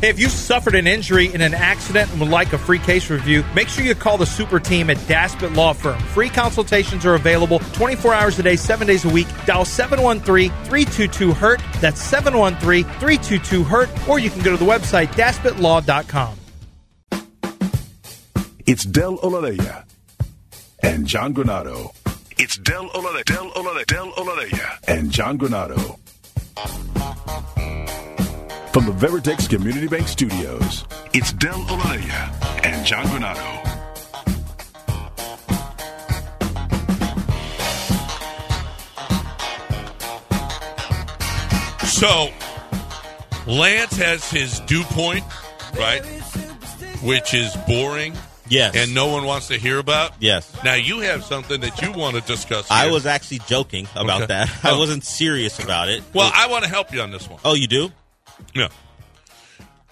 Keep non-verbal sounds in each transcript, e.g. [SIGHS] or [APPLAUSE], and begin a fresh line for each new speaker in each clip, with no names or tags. Hey, if you suffered an injury in an accident and would like a free case review, make sure you call the super team at Daspit Law Firm. Free consultations are available 24 hours a day, 7 days a week. Dial 713-322-HURT. E That's 713-322-HURT. E Or you can go to the website, daspitlaw.com.
It's Del Olaleya and John Granado. It's Del Olale, Del Olale, Del Olaleya and John Granado. From the Veritex Community Bank Studios, it's Del Olaleya and John Granado.
So, Lance has his dew point, right? Which is boring
Yes.
and no one wants to hear about.
Yes.
Now you have something that you want to discuss.
I
here.
was actually joking about
Okay.
that. [LAUGHS]
Oh.
I wasn't serious about it.
Well, I want to help you on this one.
oh, you do?
Yeah.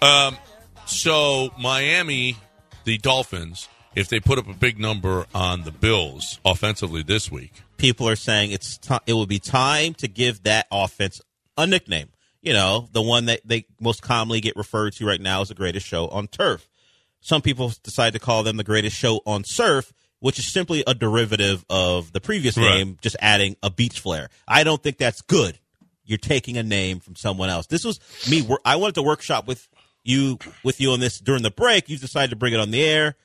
Um, so Miami, the Dolphins, if they put up a big number on the Bills offensively this week,
People are saying it's ti it will be time to give that offense a nickname. You know, the one that they most commonly get referred to right now is the greatest show on turf. Some people decide to call them the greatest show on surf, which is simply a derivative of the previous
Right.
name, just adding a beach flair. I don't think that's good. You're taking a name from someone else. This was me. wor- I wanted to workshop with you with you on this during the break. You decided to bring it on the air.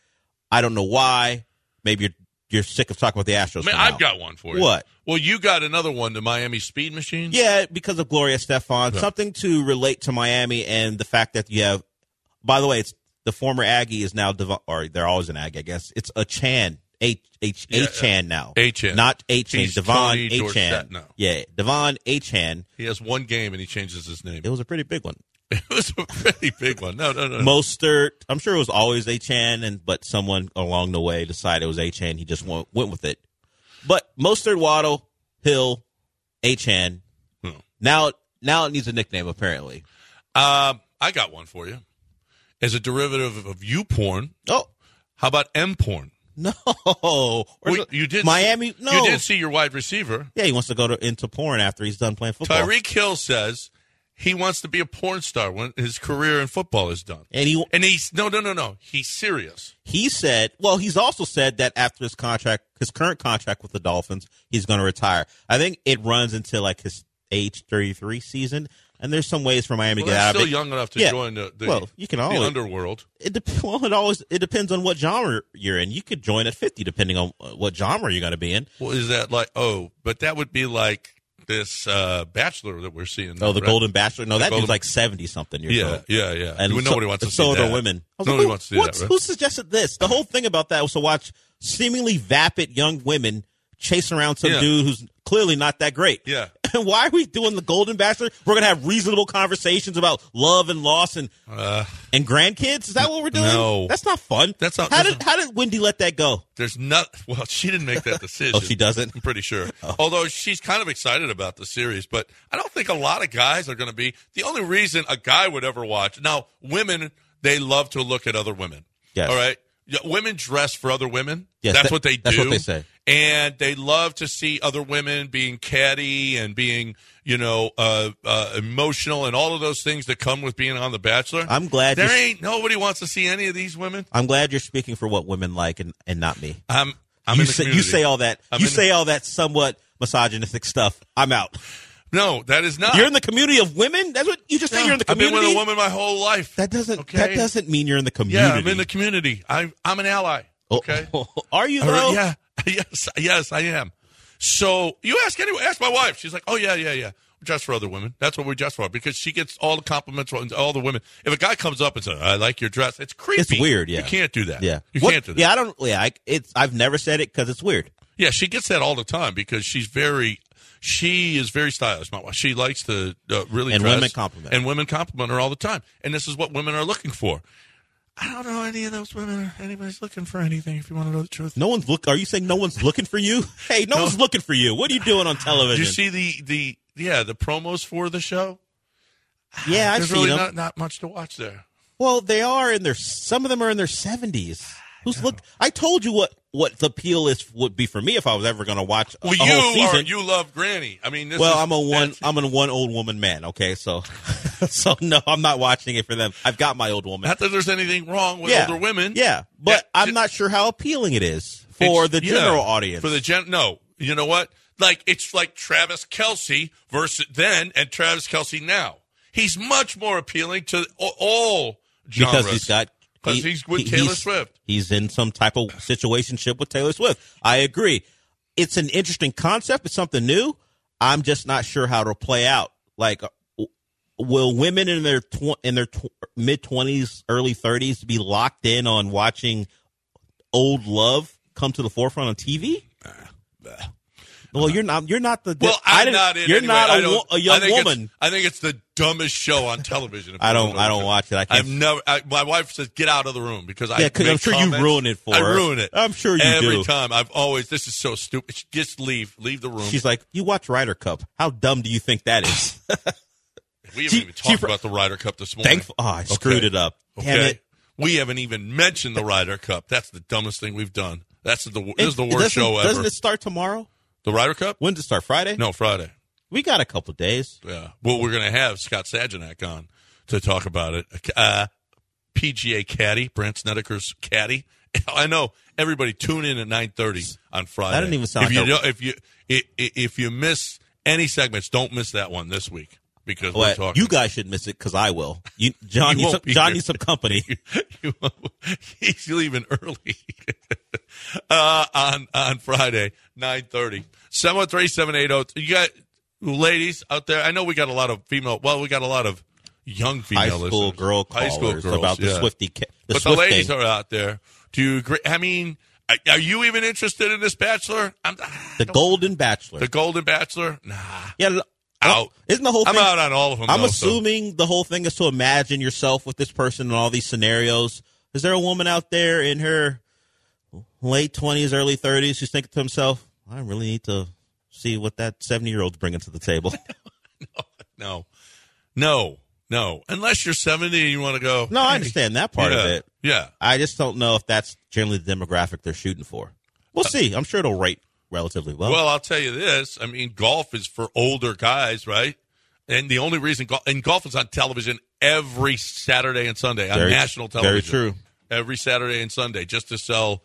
I don't know why. Maybe you're you're sick of talking about the Astros.
Man,
for now.
I've got one for you.
What?
Well, you got another one, the Miami Speed Machine.
Yeah, because of Gloria Stefan. Something to relate to Miami and the fact that you have. By the way, it's the former Aggie is now Devon, or they're always an Aggie, I guess. It's a Chan, a H
Yeah,
a Chan now,
Achan.
not a Chan,
He's
Devon
Tony
a Chan.
Dorsett now.
Yeah, Devon a Chan.
He has one game and he changes his name.
It was a pretty big one.
[LAUGHS] It was a pretty big one. No, no, no. no.
Mostert, I'm sure it was always a Chan, and but someone along the way decided it was a Chan. He just went, went with it. But Mostert, Waddle, Hill, a Chan.
No.
Now, now it needs a nickname apparently.
Um, I got one for you. As a derivative of U porn,
Oh.
how about M porn?
[LAUGHS] No,
Well, you did
Miami.
See,
no,
you did see your wide receiver
yeah, he wants to go to into porn after he's done playing football.
Tyreek Hill says he wants to be a porn star when his career in football is done.
and he
And he's no, no, no, no. He's serious.
he said, well, he's also said that after his contract, his current contract with the Dolphins, he's going to retire. I think it runs into like his age thirty three season, and there's some ways for Miami
Well,
to get
that's
out
still
of it.
young enough to
Yeah.
join the, the,
Well, you can
the
always-
underworld.
It dep- [LAUGHS] well, it always it depends on what genre you're in. You could join at fifty, depending on uh, what genre you're going to be in.
Well, is that like oh, but that would be like this uh, bachelor that we're seeing.
Oh, the
right?
Golden Bachelor. No, that
Golden-
dude's like seventy something years
Yeah,
old.
yeah, yeah.
and
Well,
so-
nobody wants to
and so
see
do
that.
women. I was
Nobody
who,
wants to see
what's-
that. Right?
Who suggested this? The whole thing about that was to watch seemingly vapid young women chasing around some
Yeah.
dude who's clearly not that great.
Yeah.
[LAUGHS] And why are we doing the Golden Bachelor? We're gonna have reasonable conversations about love and loss and
Uh,
and grandkids. Is that what we're doing?
No.
that's not fun.
That's not-
How
that's
did how did Wendy let that go?
there's not. [LAUGHS] Well, she didn't make
[LAUGHS]
that decision.
Oh, she doesn't. Oh.
I'm pretty
[LAUGHS]
sure. Although she's kind of excited about the series, but I don't think a lot of guys are going to be. The only reason a guy would ever watch now, women they love to look at other women.
Yes.
All right. Yeah, Women dress for other women.
Yes,
that's
that-
what they do.
that's what they say.
And they love to see other women being catty and being, you know, uh, uh, emotional and all of those things that come with being on The Bachelor.
I'm glad
there
you're-
ain't nobody wants to see any of these women.
I'm glad you're speaking for what women like and, and not me.
I'm. I'm
you,
in the
say, you
community.
say all that.
I'm
you
in the-
say all that somewhat misogynistic stuff. I'm out.
No, that is not.
You're in the community of women. That's what you just say. You're in the
I've been
community.
with a woman my whole life.
That doesn't
Okay?
that doesn't mean you're in the community.
Yeah, I'm in the community. I'm I'm an ally.
Oh, [LAUGHS]
Okay.
Are you
All right,
though?
yeah. [LAUGHS] Yes. Yes, I am. So you ask anyone. Ask my wife. She's like, oh yeah, yeah, yeah. We dress for other women. That's what we dress for because she gets all the compliments from all the women. If a guy comes up and says, "I like your dress," it's creepy.
It's weird, yeah.
You can't do that.
Yeah.
You
What-
can't do that.
Yeah, I don't yeah, I, it's I've never said it cuz it's weird.
Yeah, she gets that all the time because she's very, she is very stylish. My wife, she likes to uh, really
And
dress,
women compliment her.
and women compliment her all the time. And this is what women are looking for. I don't know any of those women. Or anybody's looking for anything. If you want to know the truth,
No one's look Are you saying no one's looking for you? [LAUGHS] Hey, no, one's looking for you. What are you doing on
Did [SIGHS]
television?
you see the the yeah the promos for the show?
yeah, I've
There's
seen
really
them.
not not much to watch there.
well, they are in their some of them are in their 70s. Who's look? I told you what what the appeal is would be for me if I was ever going to watch a,
Well,
a whole
you are,
season.
you love Granny. I mean, this
[LAUGHS] well,
is-
I'm a one. I'm a one old woman man. Okay, so [LAUGHS] so no, I'm not watching it for them. I've got my old woman.
Not that there's anything wrong with older women.
Yeah, but
Yeah,
I'm
ju-
not sure how appealing it is for
It's-
the
yeah,
general audience.
For the gen, no, you know what? Like it's like Travis Kelsey versus then and Travis Kelsey now. He's much more appealing to a- all genres
because he's got
'Cause
he-
he's with
he-
Taylor
he's-
Swift.
He's in some type of situationship with Taylor Swift. I agree. It's an interesting concept. It's something new. I'm just not sure how it'll play out. Like, uh, w- will women in their tw- in their tw- mid twenties, early thirties be locked in on watching old love come to the forefront on TV? Well, you're not. You're not the.
Well,
I
I'm
didn't-
not in.
You're
anyway.
not
I
a,
don't-
wo- a young
I think
woman.
It's, I think it's the dumbest show on television. if
I
you
don't.
know
I
it.
don't watch it. I can't.
I've never. I, my wife says, "Get out of the room," because I.
Yeah, 'cause I'm
make
sure you
comments.
ruin it for
I
her.
ruin it.
I'm sure you
every
do.
time. I've always. This is so stupid. She- Just leave. Leave the room.
She's like, you watch Ryder Cup. How dumb do you think
[LAUGHS]
that is? [LAUGHS]
we haven't
she-
even talked
she-
about the Ryder Cup this morning.
Thankful. Oh, I screwed it up. Damn
okay,
it.
we haven't even mentioned the Ryder Cup. That's the dumbest thing we've done. That's the this is the
It-
worst
doesn't-
show ever.
Doesn't it start tomorrow?
the Ryder Cup?
When does it start? Friday?
No, Friday.
We got a couple days.
Yeah. Well, we're going to have Scott Sagenac on to talk about it. Uh, PGA caddy, Brent Snedeker's caddy. [LAUGHS] I know everybody tune in at nine thirty on Friday.
That didn't even sound
if
like
you
a-
don't- if you i- i- if you miss any segments, don't miss that one this week because we're
But
talking.
you guys should miss it because I will. You,
[LAUGHS]
John,
You
needs
won't
some,
be
John
here.
needs some company.
[LAUGHS] You- he's leaving early [LAUGHS] uh, on on Friday, nine thirty. Seven one three seven eight zero. You got ladies out there. I know we got a lot of female. Well, we got a lot of young female
High school
listeners.
girl
high
callers
school girls
about the
yeah.
Swifty. ca- The
but
Swift
the ladies
thing.
are out there. Do you agree? I mean, are- are you even interested in this Bachelor? I'm [SIGHS]
the Golden Bachelor.
the Golden Bachelor. Nah,
yeah. l- oh,
Out.
Isn't the whole
I'm
thing?
out on all of them.
I'm
though, so-
assuming the whole thing is to imagine yourself with this person in all these scenarios. Is there a woman out there in her late twenties, early thirties who's thinking to himself, "I really need to see what that seventy year old's bringing to
[LAUGHS]
the table"?
No, no, no. Unless you're 70 and you want to go.
no, I
hey,
understand that part
yeah,
of it.
Yeah.
I just don't know if that's generally the demographic they're shooting for. We'll see. I'm sure it'll rate relatively well.
Well, I'll tell you this. I mean, golf is for older guys, right? And the only reason golf and golf is on television every Saturday and Sunday on
Very-
national
very
television.
true.
Every Saturday and Sunday, just to sell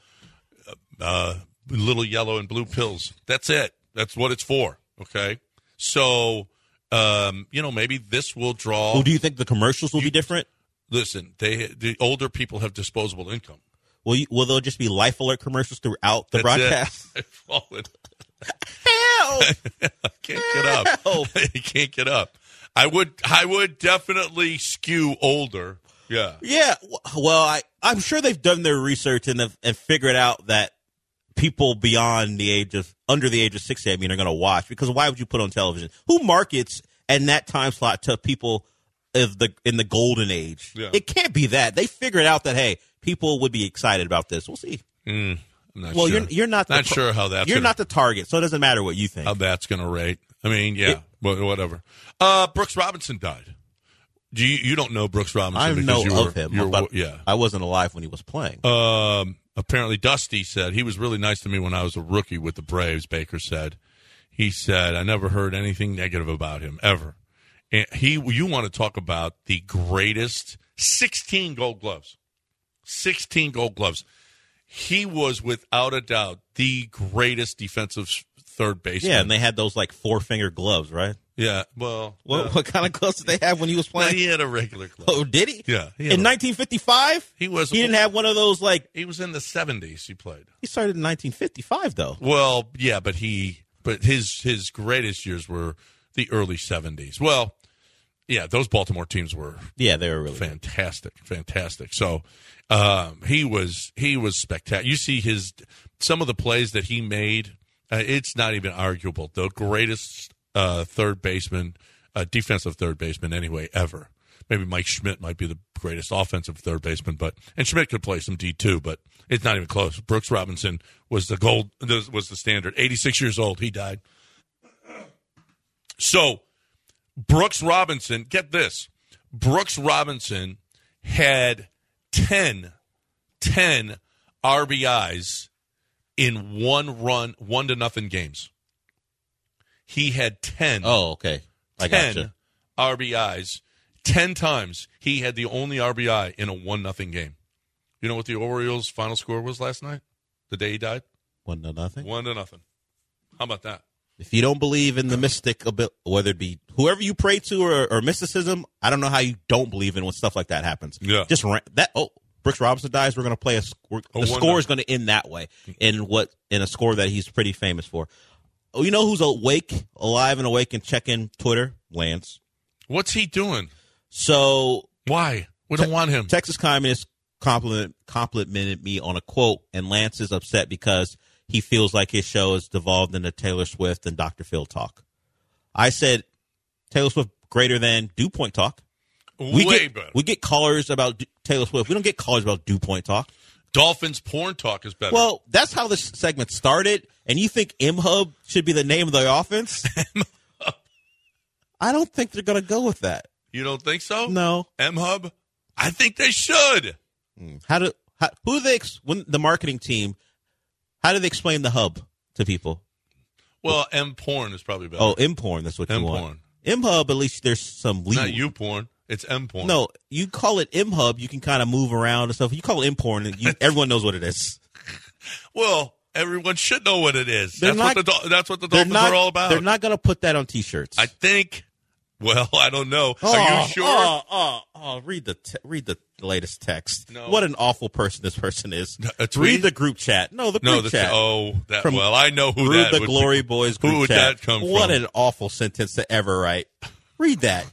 uh, uh, little yellow and blue pills. That's it. That's what it's for. Okay. So, um, you know, maybe this will draw.
Well, do you think the commercials will be different?
Listen, they the older people have disposable income.
Will you, will there just be life alert commercials throughout
That's
the
it. [LAUGHS]
broadcast?
I've fallen.
Help!
[LAUGHS] I can't get
[LAUGHS]
up. [LAUGHS] I can't get up. I would I would definitely skew older. Yeah.
Yeah. w- Well, I, I'm sure they've done their research and have, and figured out that people beyond the age of under the age of 60, I mean, are going to watch because why would you put on television? Who markets and that time slot to people of the in the golden age?
Yeah.
It can't be that they figured out that hey, people would be excited about this. We'll see.
I'm not
Well,
sure.
you're you're not the
Not
pro-
sure how that's
you're
gonna,
not the target, so it doesn't matter what you think.
how that's going to rate. I mean, yeah, wha- whatever. Uh, Brooks Robinson died. Do you you don't know Brooks Robinson?
I
because
know
you
of
were-
him,
you were-
but
yeah.
I wasn't alive when he was playing.
Um, apparently, Dusty said he was really nice to me when I was a rookie with the Braves. Baker said he said I never heard anything negative about him ever. And he, you want to talk about the greatest sixteen Gold Gloves, sixteen Gold Gloves. He was without a doubt the greatest defensive s- third baseman.
yeah, and they had those like four finger gloves, right?
yeah. Well,
What,
uh,
what kind of gloves did they have when he was
well,
playing?
he had a regular glove.
[LAUGHS] Oh, did he?
Yeah, he had
in
a-
1955,
He was.
he didn't have one of those. Like
He was in the seventies. He played.
he started in 1955, though.
Well, yeah, but he, but his his greatest years were the early seventies. Well, yeah, those Baltimore teams were
Yeah, they were really.
fantastic, fantastic. So um, he was he was spectacular. You see his some of the plays that he made. Uh, it's not even arguable. The greatest uh, third baseman, uh, defensive third baseman, anyway, ever. Maybe Mike Schmidt might be the greatest offensive third baseman, but and Schmidt could play some D two, but it's not even close. Brooks Robinson was the gold was the standard. Eighty six years old, he died. So Brooks Robinson, get this. Brooks Robinson had 10, 10 RBIs in one run, one to nothing games. He had 10,
Oh, okay. I
10
gotcha.
RBIs. 10 times he had the only RBI in a one nothing game. You know what the Orioles' final score was last night? The day he died?
One to nothing.
One to nothing. How about that?
If you don't believe in the mystic ability, whether it be whoever you pray to or, or mysticism, I don't know how you don't believe in when stuff like that happens.
Yeah.
just ran, that. Oh, Brooks Robinson dies. We're gonna play a. sc- We're,
A
the
one-
score is gonna end that way in what in a score that he's pretty famous for. Oh, you know who's awake, alive and awake, and checking Twitter? Lance.
What's he doing?
So
Why? We don't want him.
Texas communist compliment complimented me on a quote, and Lance is upset because he feels like his show is devolved into Taylor Swift and Dr. Phil talk. I said Taylor Swift greater than Dew Point talk. We
Way
get,
better.
We get callers about D- Taylor Swift. We don't get callers about Dew Point talk.
Dolphins porn talk is better.
Well, that's how this segment started, and you think M Hub should be the name of the
[LAUGHS]
offense? I don't think they're going to go with that.
you don't think so?
No.
M Hub? I think they should.
How do how, who do they ex, when the marketing team? How do they explain the hub to people?
Well, M porn is probably better.
Oh, M porn. That's what you want.
M-porn.
M hub. At least there's some legal.
not you porn. It's M porn.
No, you call it M hub. You can kind of move around and stuff. You call it M porn. and
[LAUGHS]
You, everyone knows what it is.
Well, everyone should know what it is.
They're
That's
not-
what the Dol- that's what the
They're
Dolphins
not.
are all about.
They're not going to put that on T-shirts.
I think. Well, [LAUGHS] I don't know.
Oh,
are you sure?
Oh, oh, oh, read the te- read the latest text.
No.
What an awful person this person is.
A tweet?
Read the group chat. No, the group
no, that's
chat.
oh that
From
well, I know who
Through
that
the
would
Glory
be.
Boys
Who
group
would
chat.
that come
What
from?
an awful sentence to ever write.
[LAUGHS]
Read that.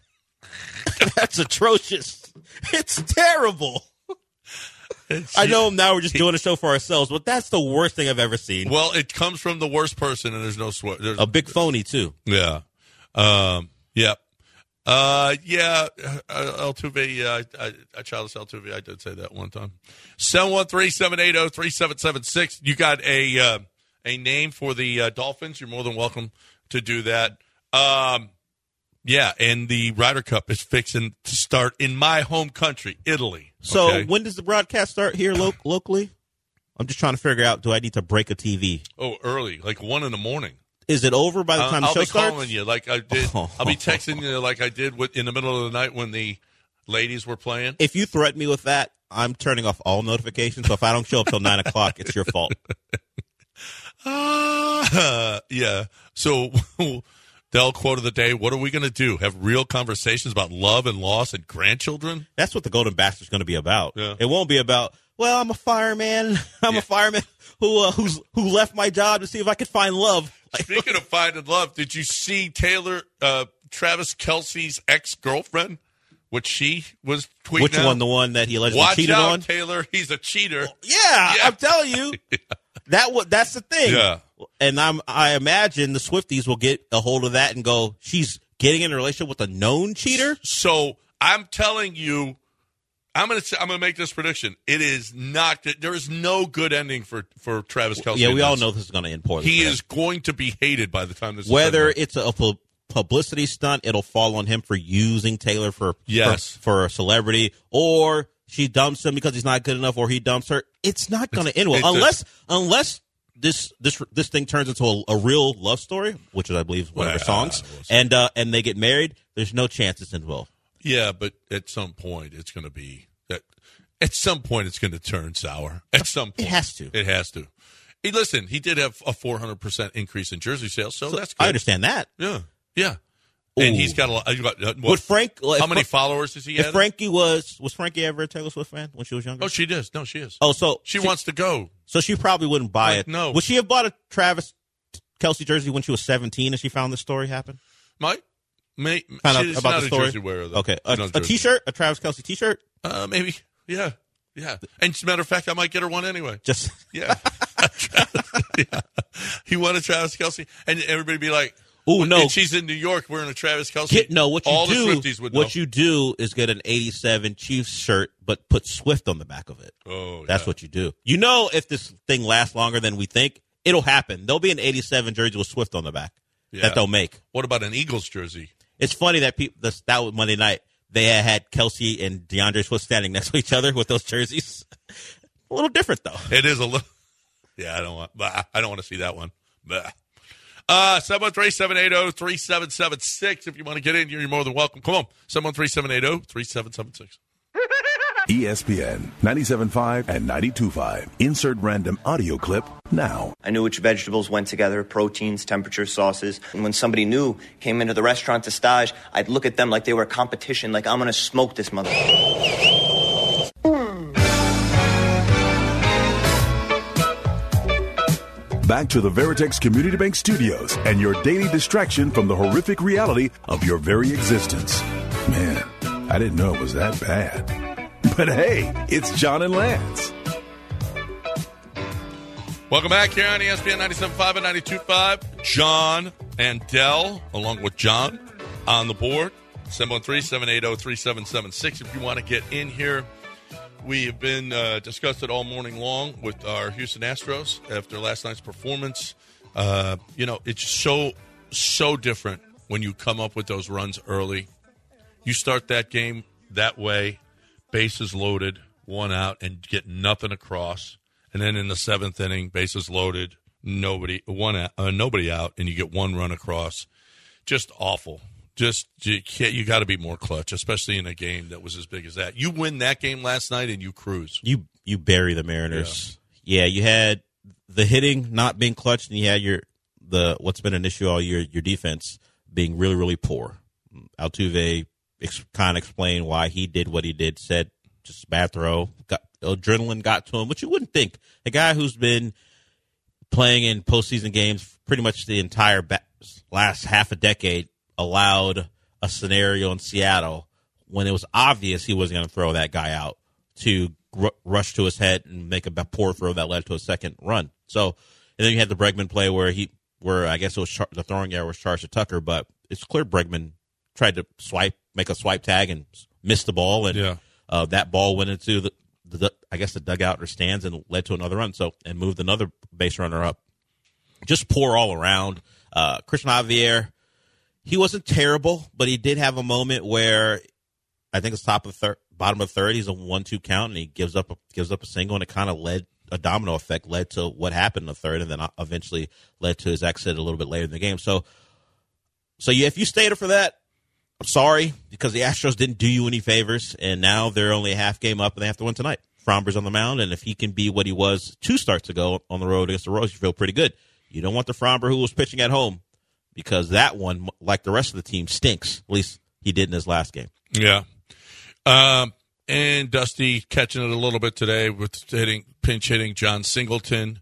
That's atrocious. It's terrible.
It's-
I know now we're just doing a show for ourselves, but that's the worst thing I've ever seen.
Well, it comes from the worst person, and there's no swear. There's,
a big phony too.
yeah, um, yep, uh, yeah. Uh, Altuve, yeah, I, I, I childish Altuve. I did say that one time. Seven one three seven eight zero three seven seven six. You got a uh, a name for the uh, Dolphins? You're more than welcome to do that. Um, yeah, and the Ryder Cup is fixing to start in my home country, Italy.
So
okay?
when does the broadcast start here lo- locally? I'm just trying to figure out. Do I need to break a TV?
oh, early, like one in the morning.
Is it over by the
Uh,
time
I'll
the show
be
starts? Oh.
calling you like I
[LAUGHS]
did. I'll be texting you like I did with, in the middle of the night when the ladies were
[LAUGHS]
playing. [LAUGHS]
If you threaten me with that, I'm turning off all notifications. So if I don't show up till nine o'clock, it's your fault.
Ah, yeah. So [LAUGHS] Dell quote of the day: What are we going to do? Have real conversations about love and loss and
[LAUGHS]
grandchildren?
That's what the Golden Bastard's going to be about.
Yeah.
It won't be about. Well, I'm a fireman. [LAUGHS] I'm
Yeah.
a fireman who uh, who's who left my job to see if I could find love. Like,
Speaking of finding love, did you see Taylor uh, Travis Kelsey's ex girlfriend? What she was tweeting?
which
out?
one? The one that he allegedly
Watch
cheated
out,
on?
Taylor. He's a cheater.
Yeah,
[LAUGHS] Yeah.
I'm telling you. That what that's the thing.
Yeah.
And I'm I imagine the Swifties will get a hold of that and go, She's getting in a relationship with a known cheater?
So I'm telling you, I'm gonna say, I'm gonna make this prediction. It is not. There is no good ending for for Travis Kelsey.
yeah,
in
we all
this.
know this is gonna end poorly.
he
for him.
is going to be hated by the time this.
whether
is
it's a pu- publicity stunt, it'll fall on him for using Taylor for
Yes.
for, for a celebrity, or she dumps him because he's not good enough, or he dumps her. It's not going to end well
it's a-
unless unless this this this thing turns into a, a real love story, which is I believe one of her
Well,
songs,
we'll see.
and uh, and they get married. There's no chance it's end well.
yeah, but at some point it's going to be that. At some point it's going to turn sour. At some
It
point
has to.
It has to. Hey, listen, he did have a 400 percent increase in jersey sales, so, that's good.
I understand that.
Yeah, yeah. And
Ooh.
he's got a lot. he's got, uh, what-
Would Frank?
how
if
many
Fra-
followers does he
If
have?
Frankie was was Frankie ever a Taylor Swift fan when she was younger?
oh, she does. No, she is.
oh, so
she wants to go.
So she probably wouldn't buy
Like,
it.
no.
Would she have bought a Travis Kelsey jersey when she was 17 and she found this story happen?
Mike? May,
Found out
she's
about
not
the
a
story?
jersey wearer, though.
Okay. A,
She's not
a
jersey-
t-shirt, a Travis Kelsey t-shirt?
Uh, maybe. Yeah. Yeah. And as a matter of fact, I might get her one anyway.
Just [LAUGHS]
Yeah. [LAUGHS] yeah. He wanted Travis Kelsey. And everybody be like,
Ooh, no.
and she's in New York wearing a Travis Kelsey.
Get, no, what you
All
do
the Swifties would
what you do is get an 87 Chiefs shirt but put Swift on the back of it.
know. Oh,
That's what you do. You know if this thing lasts longer than we think, it'll happen. There'll be an 87 jersey with Swift on the back
Yeah.
that they'll make.
What about an Eagles jersey?
It's funny that people this, that was Monday night. They had, had Kelsey and DeAndre Swift standing next to each other with those jerseys. [LAUGHS] A little different though.
It is a little. [LAUGHS] Yeah, I don't want. Blah, I don't want to see that one. Blah. Uh, 713-780-3776. If you want to get in here, you're more than welcome. Come on. 713-780-3776.
E ESPN 97.5 and 92.5. Insert random audio clip now.
I knew which vegetables went together, proteins, temperature, sauces. And when somebody new came into the restaurant to stage, I'd look at them like they were a competition, like I'm gonna smoke this mother.
Back to the Veritex Community Bank Studios and your daily distraction from the horrific reality of your very existence. Man, I didn't know it was that bad. [LAUGHS] But hey, it's John and Lance.
Welcome back here on E ESPN 97.5 and 92.5. John and Dell, along with John, on the board. oh, 713-780-3776 if you want to get in here. We have been uh, discussed it all morning long with our Houston Astros after last night's performance. Uh, you know, it's so, so different when you come up with those runs early. You start that game that way, bases loaded, one out, and get nothing across. And then in the seventh inning, bases loaded, nobody one out, uh, nobody out, and you get one run across. Just awful. Just you can't, you got to be more clutch, especially in a game that was as big as that. You win that game last night, and you cruise.
You you bury the Mariners. Yeah, you had the hitting not being clutch, and you had your the what's been an issue all year, your defense being really really poor. Altuve ex- kind of explained why he did what he did. Said just bad throw, got adrenaline got to him, which you wouldn't think. A guy who's been playing in postseason games pretty much the entire ba- last half a decade allowed a scenario in Seattle when it was obvious he wasn't going to throw that guy out to gr- rush to his head and make a b- poor throw that led to a second run. So, and then you had the Bregman play where he, where I guess it was char- the throwing error was charged to Tucker, but it's clear Bregman tried to swipe, make a swipe tag and s- missed the ball, and
Yeah.
uh, that ball went into the, the, I guess the dugout or stands and led to another run. So and moved another base runner up. Just poor all around. Uh, Christian Javier, he wasn't terrible, but he did have a moment where I think it's top of third, bottom of third. He's a one-two count, and he gives up a, gives up a single, and it kind of led a domino effect led to what happened in the third, and then uh, eventually led to his exit a little bit later in the game. So, so yeah, if you stayed up for that, I'm sorry because the Astros didn't do you any favors, and now they're only a half game up, and they have to win tonight. Fromber's on the mound, and if he can be what he was two starts ago on the road against the Royals, you feel pretty good. You don't want the Fromber who was pitching at home because that one, like the rest of the team, stinks. At least he did in his last game.
Yeah. Um, and Dusty catching it a little bit today with hitting pinch hitting John Singleton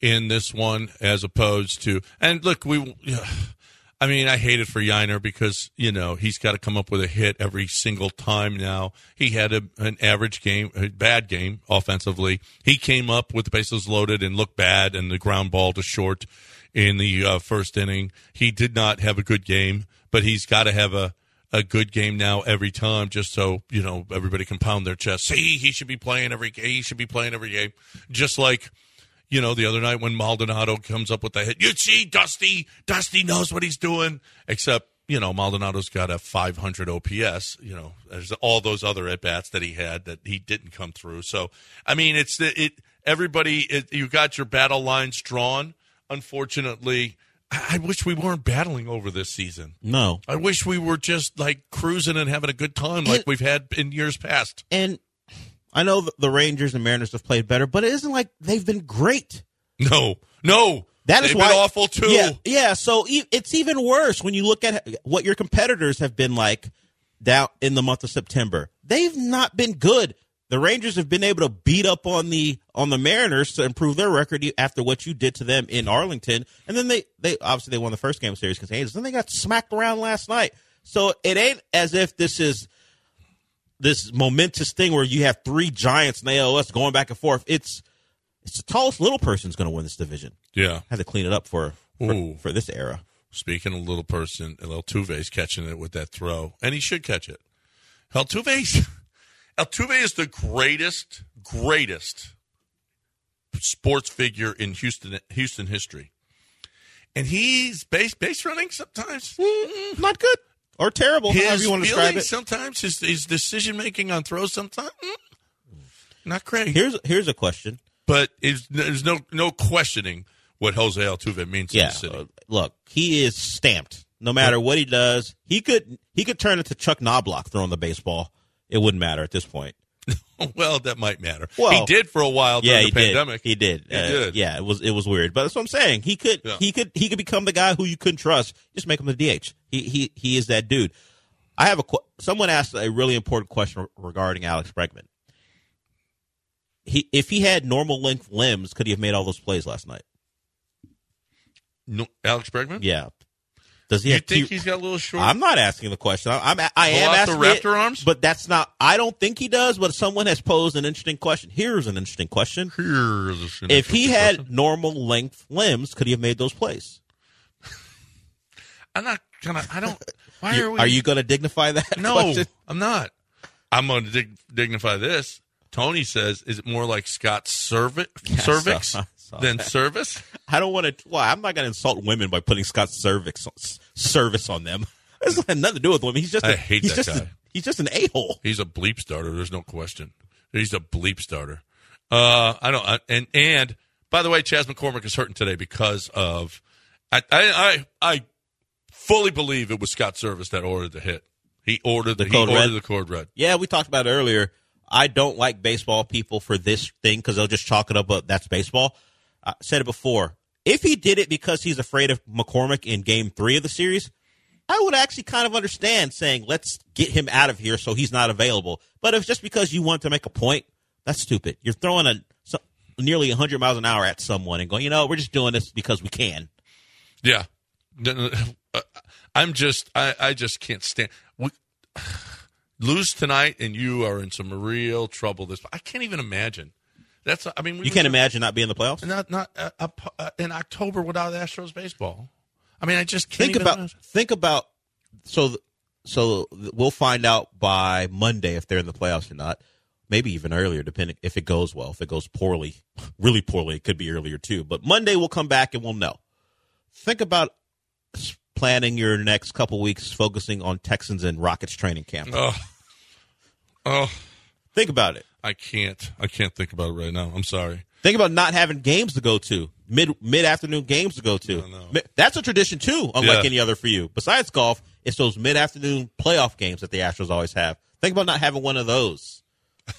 in this one as opposed to and look we [SIGHS] I mean I hate it for Yiner because you know he's got to come up with a hit every single time now. He had a, an average game, a bad game offensively. He came up with the bases loaded and looked bad and the ground ball to short in the uh, first inning. He did not have a good game, but he's got to have a a good game now every time, just so you know everybody can pound their chest. See, he should be playing every. He should be playing every game, just like you know the other night when Maldonado comes up with the hit. You see, Dusty, Dusty knows what he's doing. Except you know Maldonado's got a 500 OPS. You know, there's all those other at bats that he had that he didn't come through. So I mean, it's the it. Everybody, it, you got your battle lines drawn. Unfortunately, I, I wish we weren't battling over this season.
No,
I wish we were just like cruising and having a good time like we've had in years past.
and I know th- the Rangers and Mariners have played better, but it isn't like they've been great.
No, no,
That is
They've
why
been awful too.
Yeah, yeah. So e- it's even worse when you look at what your competitors have been like down in the month of September. They've not been good. The Rangers have been able to beat up on the on the Mariners to improve their record e, after what you did to them in Arlington, and then they they obviously they won the first game of series against the Angels. Then they got smacked around last night. So it ain't as if this is this momentous thing where you have three giants and ALS going back and forth. It's it's the tallest little person's going to win this division
Yeah.
had to clean it up for
Ooh.
for, for this era.
Speaking of little person, Altuve's catching it with that throw, and he should catch it. Altuve's [LAUGHS] Altuve is the greatest, greatest sports figure in Houston Houston history, and he's base base running sometimes.
Not good or terrible,
Mm-hmm. His
however you want to describe
feelings
it.
sometimes his, his decision making on throws sometimes. Mm. Not great.
Here's here's a question.
but it's, there's no no questioning what Jose Altuve means
Yeah,
to the
uh,
city. [LAUGHS]
look, he is stamped. No matter what he does, he could he could turn into Chuck Knobloch throwing the baseball. It wouldn't matter at this point.
well, that might matter.
Well-
he did for a while during
yeah,
the
he
pandemic.
did. He did.
He
Uh,
did.
Yeah, it was it was weird, but that's what I'm saying. He could
Yeah.
he could he could become the guy who you couldn't trust. Just make him the DH. He he he is that dude. I have a qu- someone asked a really important question re- regarding Alex Bregman. He if he had normal length limbs, could he have made all those plays last night?
No, Alex Bregman.
Yeah. Does he
You
have
think
T-
he's got a little short?
I'm not asking the question. I- I'm I
Pull
am
out the
asking it,
raptor arms?
but that's not. I don't think he does. But someone has posed an interesting question. Here's an interesting question.
Here's a scenario
If he
for
had
Bregman.
normal length limbs, could he have made those plays?
I'm not gonna. I
[LAUGHS]
don't. Why
You-
are we?
Are you going to dignify
[LAUGHS]
that? [LAUGHS]
No,
question?
I'm not. I'm going to dig- dignify this. Tony says, "Is it more like Scott's cervi-
[LAUGHS] I
cervix
saw- I saw
than service?"
I don't want to. Well, I'm not going to insult women by putting Scott's cervix on, s- service on them. [LAUGHS] This has nothing to do with women. He's just.
I
a-
hate
he's
that
just a-
guy.
he's just an a hole.
He's a bleep starter. There's no question. He's a bleep starter. Uh, I don't. I, and and by the way, Chaz McCormick is hurting today because of. I I I, I fully believe it was Scott Service that ordered the hit. He ordered the, he
code
ordered
red?
the cord red.
Yeah, we talked about it earlier. I don't like baseball people for this thing because they'll just chalk it up. But that's baseball. I said it before. If he did it because he's afraid of McCormick in Game Three of the series, I would actually kind of understand saying, "Let's get him out of here so he's not available." But if just because you want to make a point, that's stupid. You're throwing a so, nearly 100 miles an hour at someone and going, "You know, we're just doing this because we can."
Yeah. N- n- uh, I'm just I, I just can't stand we, [SIGHS] lose tonight and you are in some real trouble this I can't even imagine. That's I mean we
You can't
imagine.
imagine not being in the playoffs.
not not uh, up, uh, in October without Astros baseball. I mean, I just can't
think
even-
about think about so th- so th- we'll find out by Monday if they're in the playoffs or not. Maybe even earlier, depending if it goes well. If it goes poorly, [LAUGHS] really poorly, it could be earlier too. But Monday we'll come back and we'll know. Think about s- planning your next couple weeks, focusing on Texans and Rockets training camp.
Oh, oh,
Think about it.
I can't. I can't think about it right now. I'm sorry.
Think about not having games to go to mid mid afternoon games to go to.
no.
Mi- That's a tradition too, unlike
Yeah.
any other for you. Besides golf, it's those mid afternoon playoff games that the Astros always have. Think about not having one of those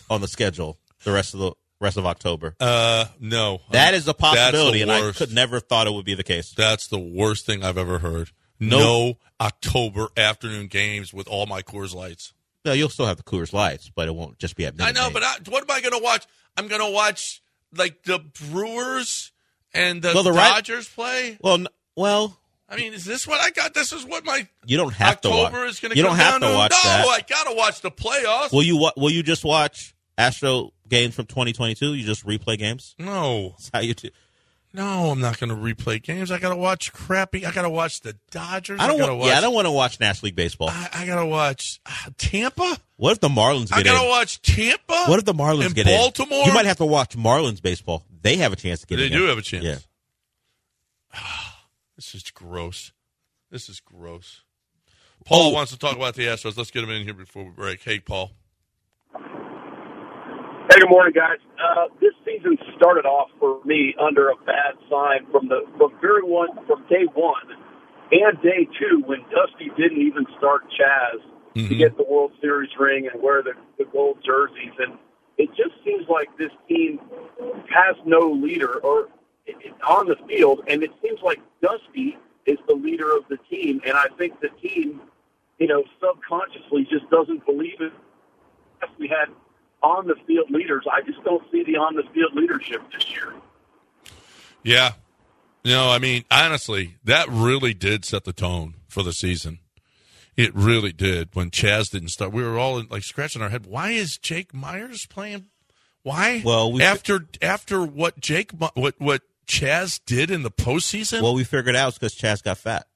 on the schedule the rest of the rest of October.
Uh, no,
that is a possibility, and I
worst.
could never have thought it would be the case.
That's the worst thing I've ever heard.
Nope.
No October afternoon games with all my Coors Lights.
No, you'll still have the Coors Lights, but it won't just be at midnight.
I know, but I, what am I going to watch? I'm going to watch like the Brewers and the,
Well, the right-
Dodgers play.
well, n- well,
I mean, is this what I got? This is what my
you don't have to
October
watch.
is going
you don't have to
down
watch
no,
that.
I got to watch the playoffs.
will you? wa- Will you just watch Astro games from 2022? You just replay games.
no.
That's how you do.
No, I'm not going to replay games. I got to watch crappy. I got to watch the Dodgers.
I don't
gotta
want.
watch.
Yeah, I don't want to watch National League baseball.
I, I got to watch uh, Tampa.
What if the Marlins
I
get
got to
in?
watch Tampa.
What if the Marlins
and
get
Baltimore?
in? You might have to watch Marlins baseball. They have a chance to get
They
in.
do have a chance.
Yeah.
This is gross. This is gross.
Oh.
Paul wants to talk about the Astros. Let's get him in here before we break. Hey, Paul.
Hey, good morning, guys. Uh, this season started off for me under a bad sign from the from very one from day one and day two when Dusty didn't even start Chaz to get the World Series ring and wear the, the gold jerseys, and it just seems like this team has no leader or it- it- on the field, and it seems like Dusty is the leader of the team, and I think the team, you know, subconsciously just doesn't believe it if we had on the field leaders. I just don't see the on the field leadership this year.
Yeah. No, I mean, honestly, that really did set the tone for the season. It really did. When Chaz didn't start, we were all like scratching our head. Why is Jake Myers playing? Why?
Well, we-
after after what Jake Mi- what what Chaz did in the postseason.
Well, we figured out because Chaz got fat.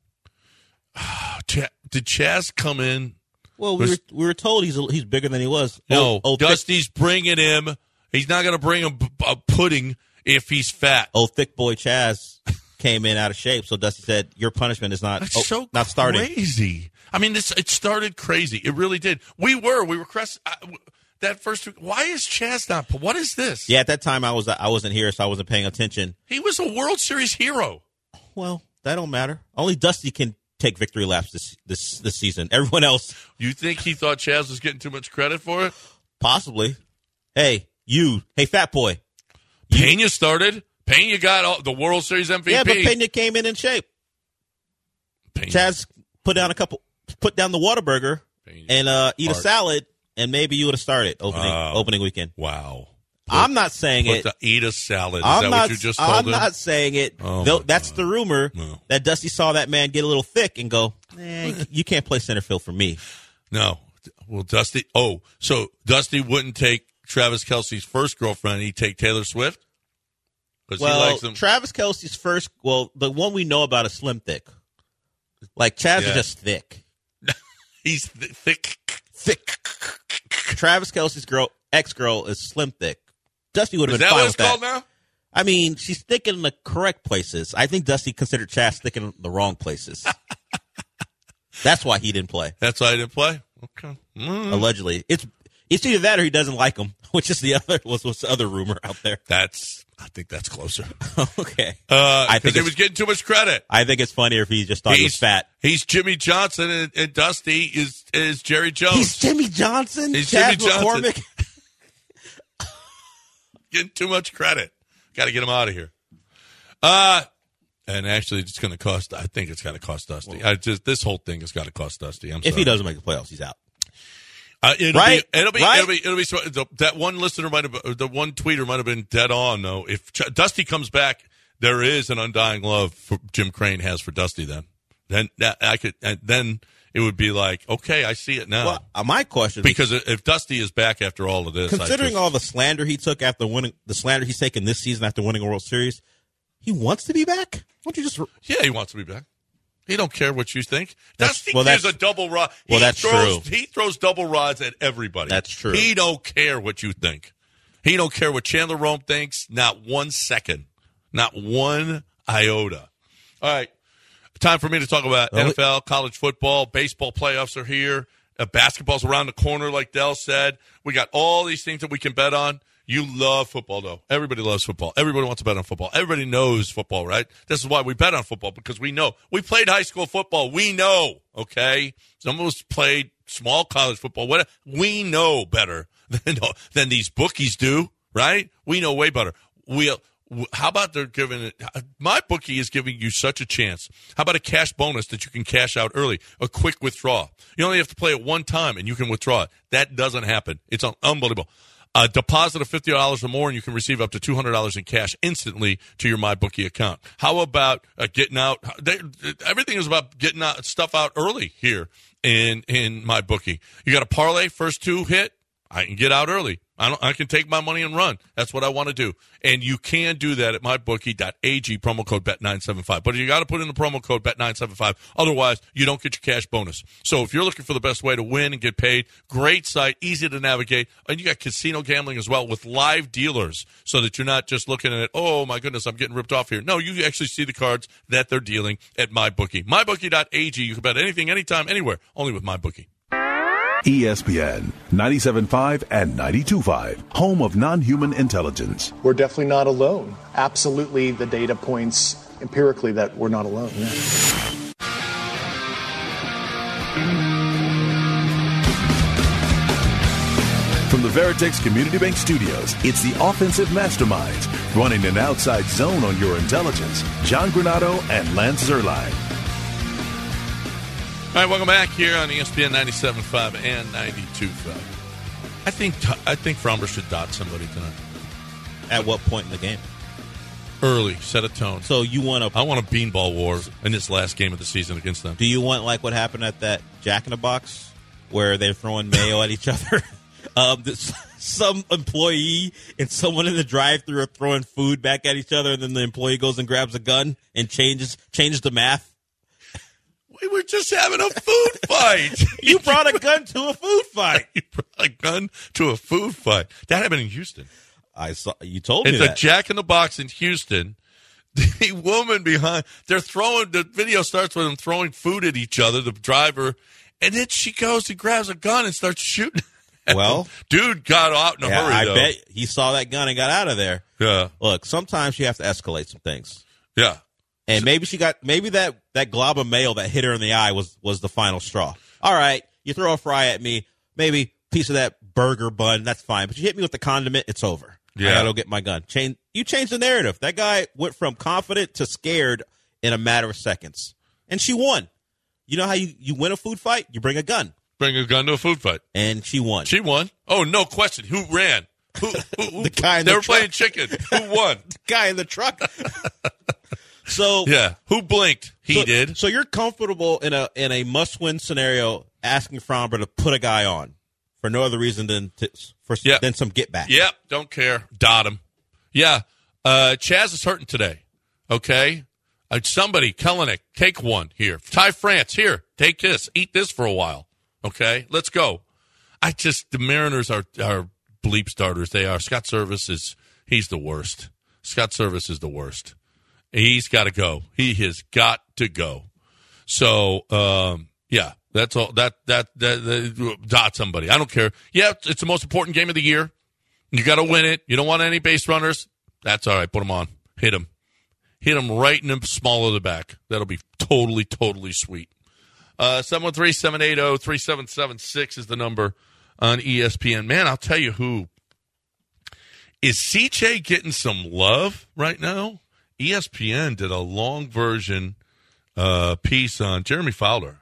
Cha- did Chaz come in?
Well, we
Was-
were, we were told he's a- he's bigger than he was.
No,
oh, thick-
Dusty's bringing him. He's not going to bring him b- a pudding if he's fat.
oh, thick boy Chaz came in out of shape. So Dusty said, "Your punishment is not
That's
oh,
so
not starting."
crazy. I mean, this it started crazy. It really did. We were we were crest. I, w- that first week. Why is Chaz not? What is this?
Yeah, at that time I was I wasn't here, so I wasn't paying attention.
He was a World Series hero.
Well, that don't matter. Only Dusty can take victory laps this this this season. Everyone else,
You think he thought Chaz was getting too much credit for it?
possibly. Hey, you. Hey, Fat Boy.
Pena started. Pena got all, the World Series MVP.
Yeah, but Pena came in in shape.
Pena.
Chaz put down a couple, put down the Whataburger
Pena.
and uh, eat a
Art.
salad, and maybe you would have started opening
Wow.
opening weekend.
Wow.
I'm not saying
Put
it.
the eat a salad. Is
I'm
that
not.
what you just told
I'm
him?
not saying it.
Oh,
Though
my
that's the rumor
No.
that Dusty saw that man get a little thick and
[LAUGHS]
go, "Eh, "You can't play center field for me."
No. Well, Dusty. Oh, so Dusty wouldn't take Travis Kelsey's first girlfriend. He'd take Taylor Swift because he
Well,
likes them.
Travis Kelsey's first, well, the one we know about is slim thick. Like Chaz
Yeah.
is just thick.
He's th- thick.
Thick. Travis Kelsey's girl, ex girl, is slim thick. Dusty would have
Is
been
that
fine
what it's
with that.
called now?
I mean, she's thick in the correct places. I think Dusty considered Chaz thick in the
[LAUGHS]
wrong places. That's why he didn't play.
That's why I didn't play. Okay. Mm.
Allegedly, it's it's either that or he doesn't like him, [LAUGHS] which is the other was was the other rumor out
[LAUGHS]
there.
That's. I think that's closer.
okay,
Uh,
I
I think
think
he
it's-
was getting too much credit.
I think it's funnier if he just thought he was fat.
He's Jimmy Johnson, and, and Dusty is is Jerry Jones.
He's Jimmy Johnson.
He's
Chaz
Jimmy Johnson.
McCormick. [LAUGHS]
getting too much credit. Got to get him out of here. Uh and actually, it's going to cost. I think it's going to cost Dusty. I just this whole thing has got to cost Dusty. I'm
If
sorry.
he doesn't make the playoffs, he's out.
Uh, it'll
Right?
be, it'll be,
Right?
it'll be, it'll be, so- the, that one listener might have, or the one tweeter might have been dead on though. If Ch- Dusty comes back, there is an undying love for Jim Crane has for Dusty. Then, then that I could, and then it would be like, okay, I see it now.
Well, uh, my question is,
because if Dusty is back after all of this, I
considering
just-
all the slander he took after winning, the slander he's taken this season after winning a World Series, he wants to be back. Why don't you just?
Yeah, he wants to be back. He don't care what you think. Dusty
well,
gives a
that's-
double rod. he
well, that's
throws,
true.
He throws double rods at everybody.
That's true.
He don't care what you think. He don't care what Chandler Rome thinks. Not one second. Not one iota. All right. Time for me to talk about
Well, we-
NFL, college football, baseball playoffs are here. Uh, basketball's around the corner, like Dell said. We got all these things that we can bet on. You love football, though. Everybody loves football. Everybody wants to bet on football. Everybody knows football, right? This is why we bet on football because we know. We played high school football. We know, okay? Some of us played small college football. What We know better [LAUGHS] than, than these bookies do, right? We know way better. We'll, w- how about they're giving it? uh, My bookie is giving you such a chance. How about a cash bonus that you can cash out early? A quick withdrawal. You only have to play it one time and you can withdraw it. That doesn't happen. It's un- unbelievable. A deposit of fifty dollars or more, and you can receive up to two hundred dollars in cash instantly to your MyBookie account. How about uh, getting out? They, everything is about getting out, stuff out early here in in MyBookie. You got a parlay, first two hit, I can get out early. I, don't, I can take my money and run. That's what I want to do. And you can do that at mybookie.ag, promo code BET975. But you got to put in the promo code BET975. Otherwise, you don't get your cash bonus. So if you're looking for the best way to win and get paid, great site, easy to navigate. And you got casino gambling as well with live dealers so that you're not just looking at, oh my goodness, I'm getting ripped off here. No, you actually see the cards that they're dealing at mybookie. Mybookie.ag. You can bet anything, anytime, anywhere, only with mybookie.
E ESPN 97.5 and 92.5, home of non human intelligence.
we're definitely not alone. Absolutely, the data points empirically that we're not alone. yeah.
From the Veritex Community Bank Studios, it's the offensive masterminds running an outside zone on your intelligence. John Granado and Lance Zerline.
All right, welcome back here on E ESPN 97.5 and 92.5. I think I think Fromber should dot somebody tonight.
At what point in the game?
Early, set a tone.
So you want
I
to?
want a beanball war in this last game of the season against them.
Do you want like what happened at that Jack in the Box where they're throwing mayo at each [LAUGHS] other? Um, this, some employee and someone in the drive-through are throwing food back at each other, and then the employee goes and grabs a gun and changes changes the math.
We were just having a food [LAUGHS] fight.
You brought a gun to a food fight.
[LAUGHS] you brought a gun to a food fight. That happened in Houston.
I saw you told me
It's a
that.
Jack in the Box in Houston. [LAUGHS] The woman behind, they're throwing, the video starts with them throwing food at each other, the driver, and then she goes and grabs a gun and starts shooting.
Well,
Dude got out in a
yeah,
hurry.
I
though.
bet he saw that gun and got out of there.
Yeah,
Look, sometimes you have to escalate some things.
yeah.
And maybe she got maybe that that glob of mail that hit her in the eye was was the final straw. All right, you throw a fry at me, maybe piece of that burger bun, that's fine. But you hit me with the condiment, it's over.
Yeah.
I gotta go get my gun. Change you changed the narrative. That guy went from confident to scared in a matter of seconds, and she won. You know how you you win a food fight? You bring a gun,
Bring a gun to a food fight.
and she won.
She won. Oh no question. Who ran? Who? who, who
[LAUGHS] The guy in
They
the
were playing chicken. Who
[LAUGHS]
won?
guy in the truck.
[LAUGHS]
so
yeah. Who blinked? He
so,
did.
So you're comfortable in a in a must win scenario asking Fromber to put a guy on for no other reason than to, for
Yeah.
than some get back.
Yep, don't care. Dot him. Yeah, uh, Chaz is hurting today. Okay, uh, somebody, Kellenick, take one here. Ty France, here, take this. Eat this for a while. Okay, let's go. I just the Mariners are are bleep starters. They are. Scott Service is he's the worst. Scott Service is the worst. He's got to go. He has got to go. So um, yeah, that's all. That that that, that uh, dot somebody. I don't care. Yeah, it's the most important game of the year. You got to win it. You don't want any base runners. That's all right. Put them on. Hit them. Hit them right in the small of the back. That'll be totally, totally sweet. Uh, 713 780 3776 is the number on E ESPN. Man, I'll tell you who. Is CJ getting some love right now? E ESPN did a long version uh, piece on Jeremy Fowler.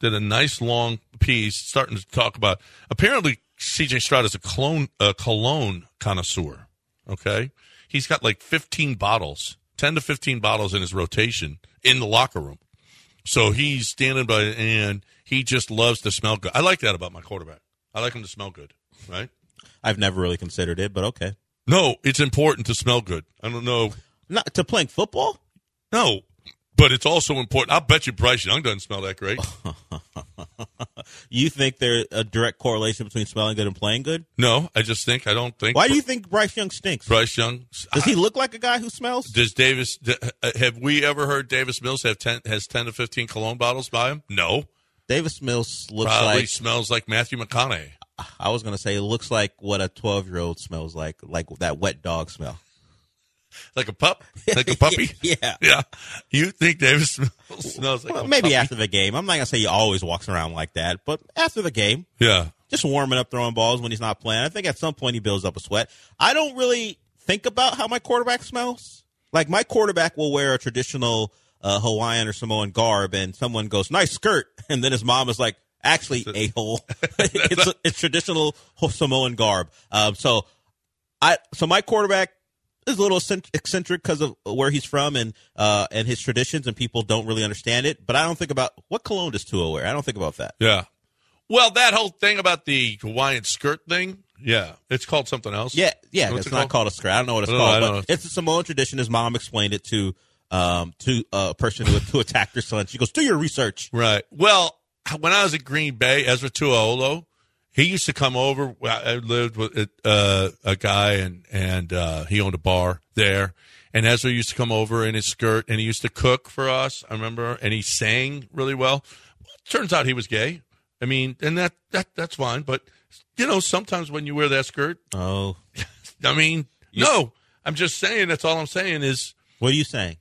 Did a nice long piece starting to talk about. Apparently, CJ Stroud is a clone, a cologne connoisseur. Okay, he's got like 15 bottles, 10 to 15 bottles in his rotation in the locker room. So he's standing by, and he just loves to smell good. I like that about my quarterback. I like him to smell good, right?
I've never really considered it, but okay.
No, it's important to smell good. I don't know.
Not to playing football.
No, but it's also important. I'll bet you Bryce Young doesn't smell that great.
You think there's a direct correlation between smelling good and playing good?
No, I just think I don't think.
Why do you think Bryce Young stinks?
Bryce Young?
Does he look like a guy who smells?
Does Davis? d- uh, Have we ever heard Davis Mills have ten has ten to fifteen cologne bottles by him? No,
Davis Mills looks
probably
like
smells like Matthew McConaughey.
I was gonna say looks like what a twelve year old smells like, like that wet dog smell.
Like a
[LAUGHS]
pup, like a puppy.
yeah.
yeah. You think Davis [LAUGHS] smells, smells like
Well,
a
maybe
puppy?
after the game. I'm not gonna say he always walks around like that, but after the game,
Yeah,
just warming up throwing balls when he's not playing. I think at some point he builds up a sweat. I don't really think about how my quarterback smells. Like my quarterback will wear a traditional uh, Hawaiian or Samoan garb, and someone goes nice skirt, [LAUGHS] and then his mom is like, "Actually, a hole. it's, it's traditional Ho- Samoan garb." Um, so I so my quarterback is a little eccent- eccentric because of where he's from and uh, and his traditions, and people don't really understand it. But I don't think about what cologne does Tua wear. I don't think about that.
yeah. Well, that whole thing about the Hawaiian skirt thing. Yeah, it's called something else.
Yeah, yeah,
What's
it's
it
not
called?
called a skirt. I don't know what it's
I don't know, I
called,
don't
but
know.
it's a Samoan tradition. His mom explained it to um to a person who, [LAUGHS] who attacked her son. She goes, "Do your research."
Right. Well, when I was at Green Bay, Ezra Tuaolo, he used to come over. I I lived with uh, a guy, and and uh, he owned a bar there. And Ezra used to come over in his skirt, and he used to cook for us. I remember, and he sang really well. Turns out he was gay. I mean, and that that that's fine. But you know, sometimes when you wear that skirt,
Oh,
I mean, no, I'm just saying. That's all I'm saying is
what are you saying?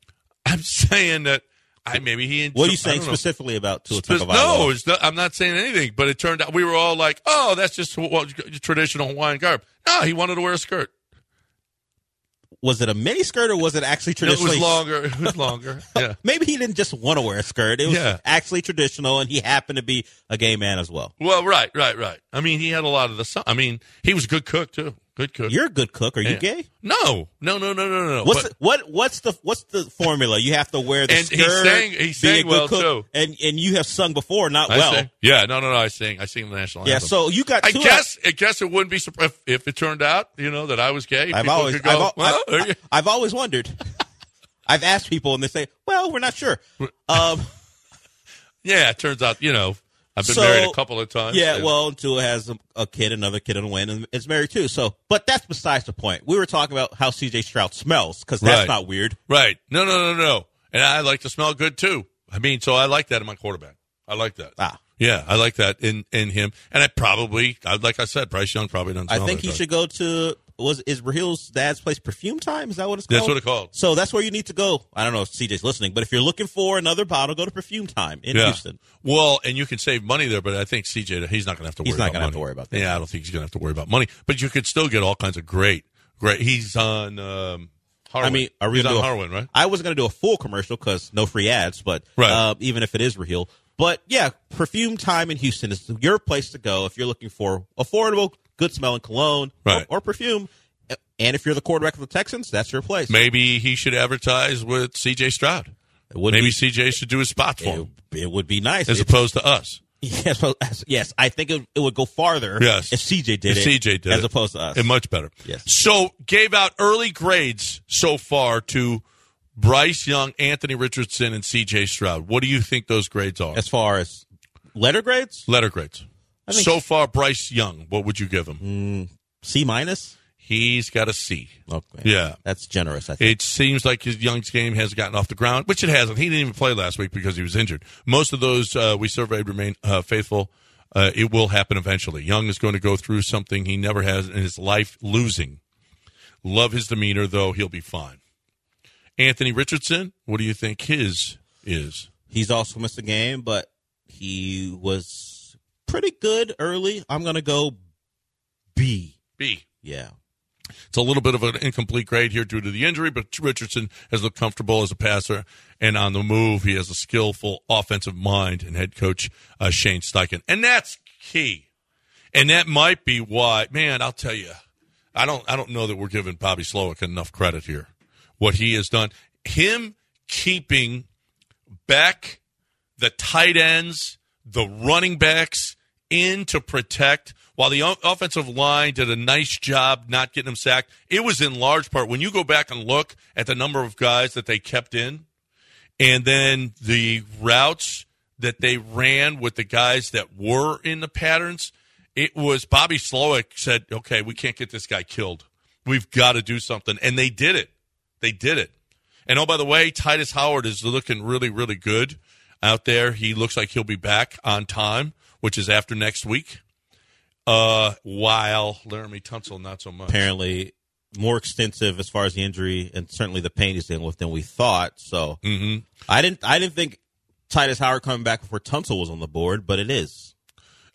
I'm [LAUGHS] saying that I maybe he.
What are you
I
saying
don't know.
specifically about Tua
Spe-
Tagovailoa?
no, it's not, I'm not saying anything. But it turned out we were all like, "Oh, that's just what, traditional Hawaiian garb." No, he wanted to wear a skirt.
was it a mini skirt or was it actually
It
traditionally?
was longer. It was
[LAUGHS]
longer. Yeah,
Maybe he didn't just want to wear a skirt. It was
Yeah.
actually traditional, and he happened to be a gay man as well.
Well, right, right, right. I mean, he had a lot of the. su- I mean, he was a good cook too. Good cook.
You're a good cook. Are you
Yeah.
gay?
no, no, no, no, no, no.
What's
But-
the, what what's the what's the formula? You have to wear the
And he
skirt.
sang- he
be a
sang
good
well,
cook,
too.
and and you have sung before, not
I
well.
sing. Yeah, no, no, no. I sing. I sing the national
Yeah,
anthem.
so you got.
I
two
guess. I guess it wouldn't be surp- if, if it turned out, you know, that I was gay.
I've
people
always,
could go,
I've, al-
well,
I've-
there you-
I've
[LAUGHS]
always wondered. I've asked people, and they say, "Well, we're not sure." Um,
yeah. It turns out, you know, I've been
So-
married a couple of times.
yeah,
and-
well, Tua has a, a kid, another kid on the way, and is married too. So, but that's besides the point. We were talking about how C.J. Stroud smells because that's
Right.
not weird.
Right. No, no, no, no. And I like to smell good too. I mean, so I like that in my quarterback. I like that.
Ah.
Yeah, I like that in in him. And I probably, I, like I said, Bryce Young probably doesn't.
I
know
think he
that.
should go to was is Rahil's dad's place Perfume Time? Is that what it's called?
That's what it's called.
So that's where you need to go. I don't know if CJ's listening, but if you're looking for another bottle, go to Perfume Time in
Yeah.
Houston.
Well, and you can save money there, but I think CJ he's not going to have to. Worry
He's not
about
gonna have to
money.
worry about that.
Yeah, I don't think he's going to have to worry about money, but you could still get all kinds of great, great. He's on. Um, Harwin.
I mean, are we
he's
gonna
on
do a-
Harwin, right?
I wasn't going to do a full commercial because no free ads, but
Right.
uh, even if it is Rahil. But yeah, Perfume Time in Houston is your place to go if you're looking for affordable, good smelling cologne or-
Right.
or, perfume. And if you're the quarterback of the Texans, that's your place.
Maybe he should advertise with CJ Stroud.
It would
Maybe
be-
CJ should do a spot for
it,
him
it would be nice.
as
It-
opposed to us.
[LAUGHS] Yes, well, as- yes. I think it, it would go farther.
Yes.
if CJ
If
did it.
CJ did
as
it.
opposed to us.
And much better.
Yes.
So gave out early grades so far to Bryce Young, Anthony Richardson, and CJ Stroud. What do you think those grades are?
as far as letter grades,
Letter grades.
I think- Mm.
So far, Bryce Young, what would you give him?
C minus.
He's got a C.
Okay.
Yeah.
that's generous. I think.
It seems like his Young's game has gotten off the ground, which it hasn't. He didn't even play last week because he was injured. Most of those uh, we surveyed remain uh, faithful. Uh, it will happen eventually. Young is going to go through something he never has in his life, losing. Love his demeanor, though. He'll be fine. Anthony Richardson, what do you think his is?
He's also missed a game, but he was pretty good early. I'm gonna go B.
B.
Yeah,
It's a little bit of an incomplete grade here due to the injury, but Richardson has looked comfortable as a passer and on the move. He has a skillful offensive mind and head coach uh, Shane Steichen. And that's key. And that might be why, man, I'll tell you, I don't, I don't know that we're giving Bobby Slowick enough credit here. What he has done, him keeping back the tight ends, the running backs in to protect. While the o- offensive line did a nice job not getting them sacked, it was in large part when you go back and look at the number of guys that they kept in and then the routes that they ran with the guys that were in the patterns. It was Bobby Slowick said, okay, we can't get this guy killed. We've got to do something. And they did it. They did it. And oh, by the way, Titus Howard is looking really, really good out there. He looks like he'll be back on time, which is after next week. Uh, while Laramie Tunsil not so much.
apparently more extensive as far as the injury and certainly the pain he's dealing with than we thought. So
Mhm.
I didn't. I didn't think Titus Howard coming back before Tunsil was on the board, but it is.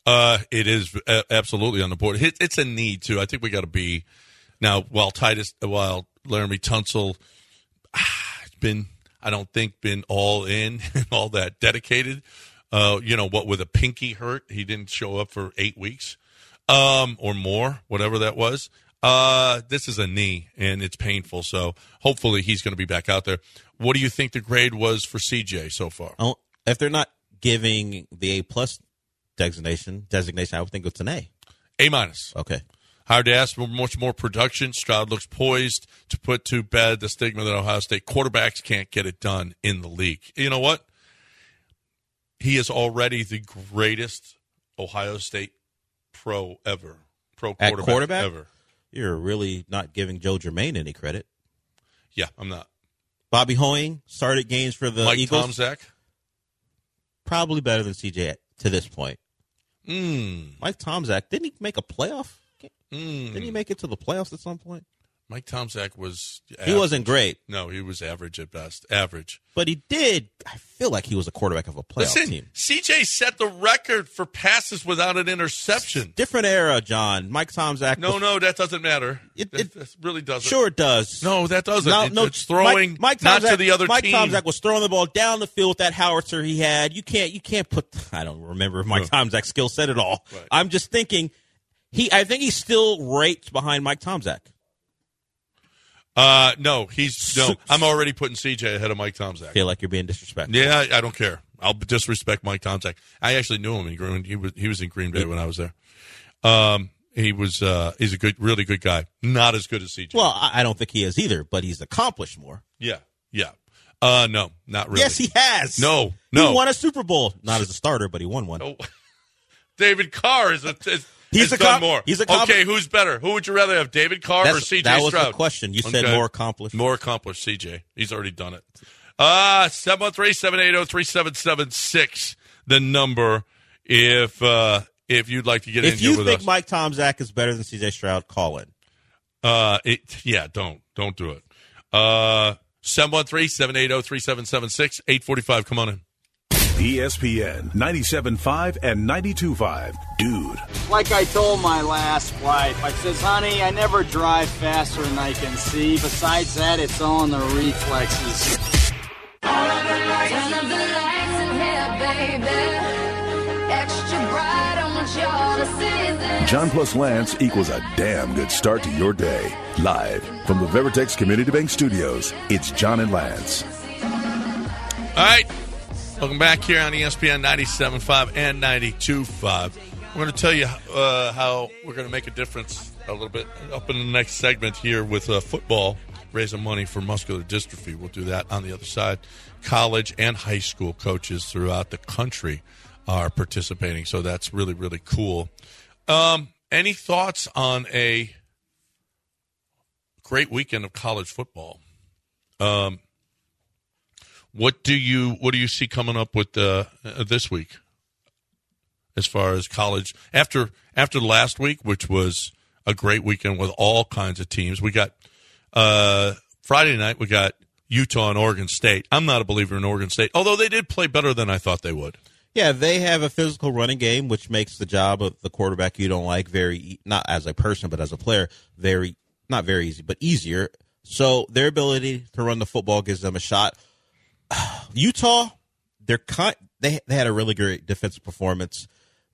Uh, it is uh, absolutely on the board. It, it's a need too. I think we got to be now. While Titus, while Laramie Tunsil, ah, has been I don't think been all in [LAUGHS] and all that dedicated. Uh, you know what with a pinky hurt, he didn't show up for eight weeks, um, or more, whatever that was. Uh, this is a knee and it's painful. So hopefully he's going to be back out there. What do you think the grade was for CJ so far?
I don't- if they're not giving the A plus designation, designation, I would think it's an A.
A minus.
Okay.
Howard asked for much more production. Stroud looks poised to put to bed the stigma that Ohio State quarterbacks can't get it done in the league. You know what? He is already the greatest Ohio State pro ever. Pro
At
quarterback,
quarterback?
ever.
You're really not giving Joe Germain any credit.
Yeah, I'm not.
Bobby Hoying started games for the
Mike
Eagles.
Tomczak.
Probably better than CJ at- to this point.
Mm,
Mike Tomzak, didn't he make a playoff? game? Didn't he
mm.
make it to the playoffs at some point?
Mike Tomczak was.
He wasn't great,
No, he was average at best. Average.
but he did. I feel like he was a quarterback of a playoff
Listen,
team.
CJ set the record for passes without an interception.
Different era, John. Mike Tomzak.
No,
was-
no, that doesn't matter.
It-
that,
it-
that really doesn't.
Sure, it does.
No, that doesn't.
No,
It-
no,
it's throwing
Mike, Mike
not
Tomczak-
to the other
Mike
team.
Tomczak was throwing the ball down the field with that howitzer he had. You can't, you can't put. [LAUGHS] I don't remember Mike Tomczak's skill set at all.
Right.
I'm just thinking, he. I think he's still rates behind Mike Tomczak.
uh, no, he's no. I'm already putting CJ ahead of Mike Tomczak.
I feel like you're being disrespectful.
Yeah, I, I don't care. I'll disrespect Mike Tomczak. I actually knew him in Green. He was he was in Green Bay when I was there. Um, he was uh, he's a good, really good guy. Not as good as CJ.
Well, I, I don't think he is either, but he's accomplished more.
yeah, yeah. Uh, no, not really.
Yes, he has.
No, no.
He won a Super Bowl, not as a starter, but he won one.
Oh, David Carr is a. Is,
He's
has
a
done
com-
more.
he's a com-
okay. Who's better? Who would you rather have, David Carr or
That's-
CJ
that was
Stroud?
the question. You said
Okay.
more accomplished.
More accomplished, Uh, oh CJ. He's already done it. Ah, 713 780 3776. the number if uh, if you'd like to get in
If
here
you
with
think
us.
Mike Tomzak is better than CJ Stroud, call in.
Uh, it, yeah, don't. Don't do it. Uh, 713-780-3776, 845. Come on in.
ESPN 97.5 and 92.5. Dude.
Like I told my last wife, I says, honey, I never drive faster than I can see. Besides that, it's all in the reflexes.
Turn up the lights in here, baby. Extra bright, I want y'all to see this.
John plus Lance equals a damn good start to your day. Live from the Veritex Community Bank Studios, it's John and Lance.
All right. Welcome back here on E ESPN 97.5 and 92.5. We're going to tell you uh, how we're going to make a difference a little bit up in the next segment here with uh, football, raising money for muscular dystrophy. We'll do that on the other side. College and high school coaches throughout the country are participating, so that's really, really cool. Um, any thoughts on a great weekend of college football? Um, what do you what do you see coming up with uh, uh, this week, as far as college after after last week, which was a great weekend with all kinds of teams. We got uh, Friday night. We got Utah and Oregon State. I'm not a believer in Oregon State, although they did play better than I thought they would.
Yeah, they have a physical running game, which makes the job of the quarterback you don't like very e- not as a person, but as a player, very not very easy, but easier. So their ability to run the football gives them a shot. Utah, they're con- they they had a really great defensive performance.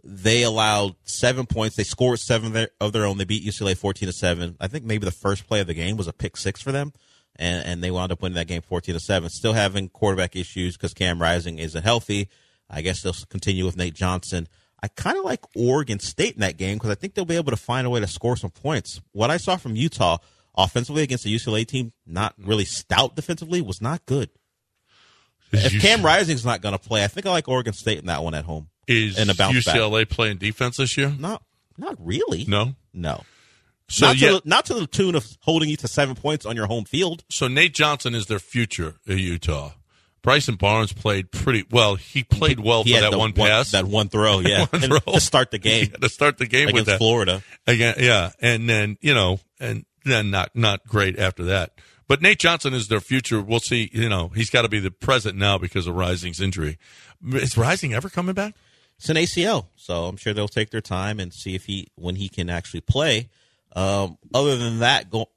They allowed seven points. They scored seven of their, of their own. They beat UCLA fourteen to seven. I think maybe the first play of the game was a pick six for them, and and they wound up winning that game fourteen to seven. Still having quarterback issues because Cam Rising isn't healthy. I guess they'll continue with Nate Johnson. I kind of like Oregon State in that game because I think they'll be able to find a way to score some points. What I saw from Utah offensively against the UCLA team, not really stout defensively, was not good. If Cam Rising's not going to play, I think I like Oregon State in that one at home.
is
in a bounce back.
UCLA playing defense this year?
Not, not really.
No.
no.
So
not,
yeah,
to the, not to the tune of holding you to seven points on your home field.
so Nate Johnson is their future at Utah. Bryson Barnes played pretty well. He played well
He
for
had
that
the
one pass
that
[LAUGHS]
one throw. Yeah,
One
And
throw.
to
[LAUGHS]
start the game
to start the game with
against
that.
Florida.
again yeah and then you know and then not not great after that but nate johnson is their future we'll see you know he's got to be the present now because of rising's injury is rising ever coming back
it's an ACL, so I'm sure they'll take their time and see if he when he can actually play. Um, other than that, go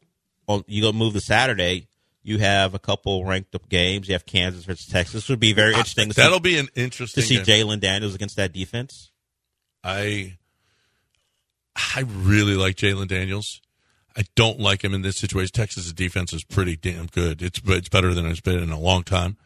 well, you go move to Saturday. You have a couple ranked up games. You have Kansas versus Texas. This would be very interesting to see,
that'll be an interesting
to see
game.
Jalen Daniels against that defense.
i i really like jalen daniels I don't like him in this situation. Texas' defense is pretty damn good. It's it's better than it's been in a long time,